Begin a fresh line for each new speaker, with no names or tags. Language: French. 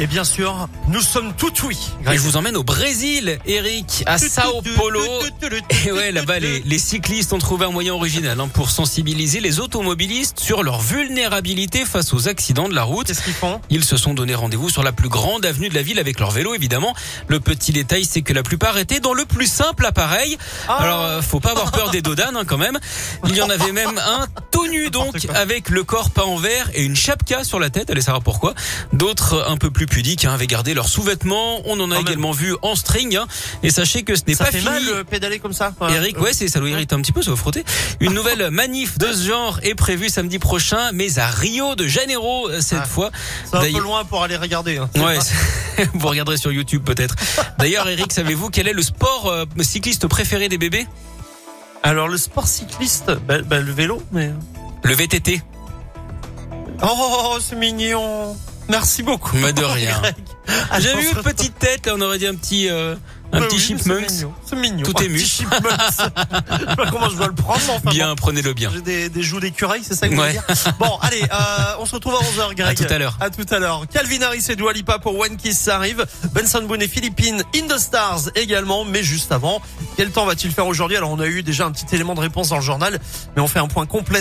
Et bien sûr, nous sommes tout oui.
Et je vous emmène au Brésil, Eric, à Sao Paulo. Et ouais, là-bas, les, les cyclistes ont trouvé un moyen original hein, pour sensibiliser les automobilistes sur leur vulnérabilité face aux accidents de la route.
Qu'est-ce qu'ils font
Ils se sont donné rendez-vous sur la plus grande avenue de la ville avec leur vélo, évidemment. Le petit détail, c'est que la plupart étaient dans le plus simple appareil.
Ah.
Alors, euh, faut pas avoir peur des dodanes, hein, quand même. Il y en avait même un tout nu, donc, avec le corps peint en vert et une chapka sur la tête. Allez savoir pourquoi. D'autres, euh, un peu plus pudiques, hein, avaient gardé leurs sous-vêtements. On en a
Quand même.
également vu en string. hein. Et sachez que ce n'est
Ça
pas
fait
fini.
mal euh, pédaler comme ça. quoi.
Eric, ouais, c'est ça lui irrite un petit peu, ça va frotter. Une nouvelle manif de ce genre est prévue samedi prochain, mais à Rio de Janeiro euh, cette
Ah,
fois.
C'est un peu
D'ailleurs-
loin pour aller regarder. hein.
Ouais, c'est- vous regarderez sur YouTube peut-être. D'ailleurs, Eric, savez-vous quel est le sport euh, cycliste préféré des bébés
Alors le sport cycliste, bah, bah, le vélo, mais.
Le VTT.
Oh, c'est mignon. Merci beaucoup.
Mais Bah, de rien.
Greg. Alors,
J'avais vu
on se
une petite tête, là, on aurait dit un petit, euh, un
Bah
petit
oui, mais C'est
chipmunks.
mignon. C'est mignon.
Tout
Un
ému.
petit chipmunks. Je sais pas comment je dois le prendre, mais enfin.
Bien,
bon.
prenez-le bien.
J'ai des, des joues d'écureuil, c'est ça que vous
Ouais.
voulez dire Bon, allez, euh, on se retrouve à 11h, Greg.
À tout à l'heure.
À tout à l'heure. Calvin Harris et Dua Lipa pour One Kiss, ça arrive. Benson Boone et Philippines, In the Stars également. Mais juste avant, quel temps va-t-il faire aujourd'hui Alors, on a eu déjà un petit élément de réponse dans le journal, mais on fait un point complet.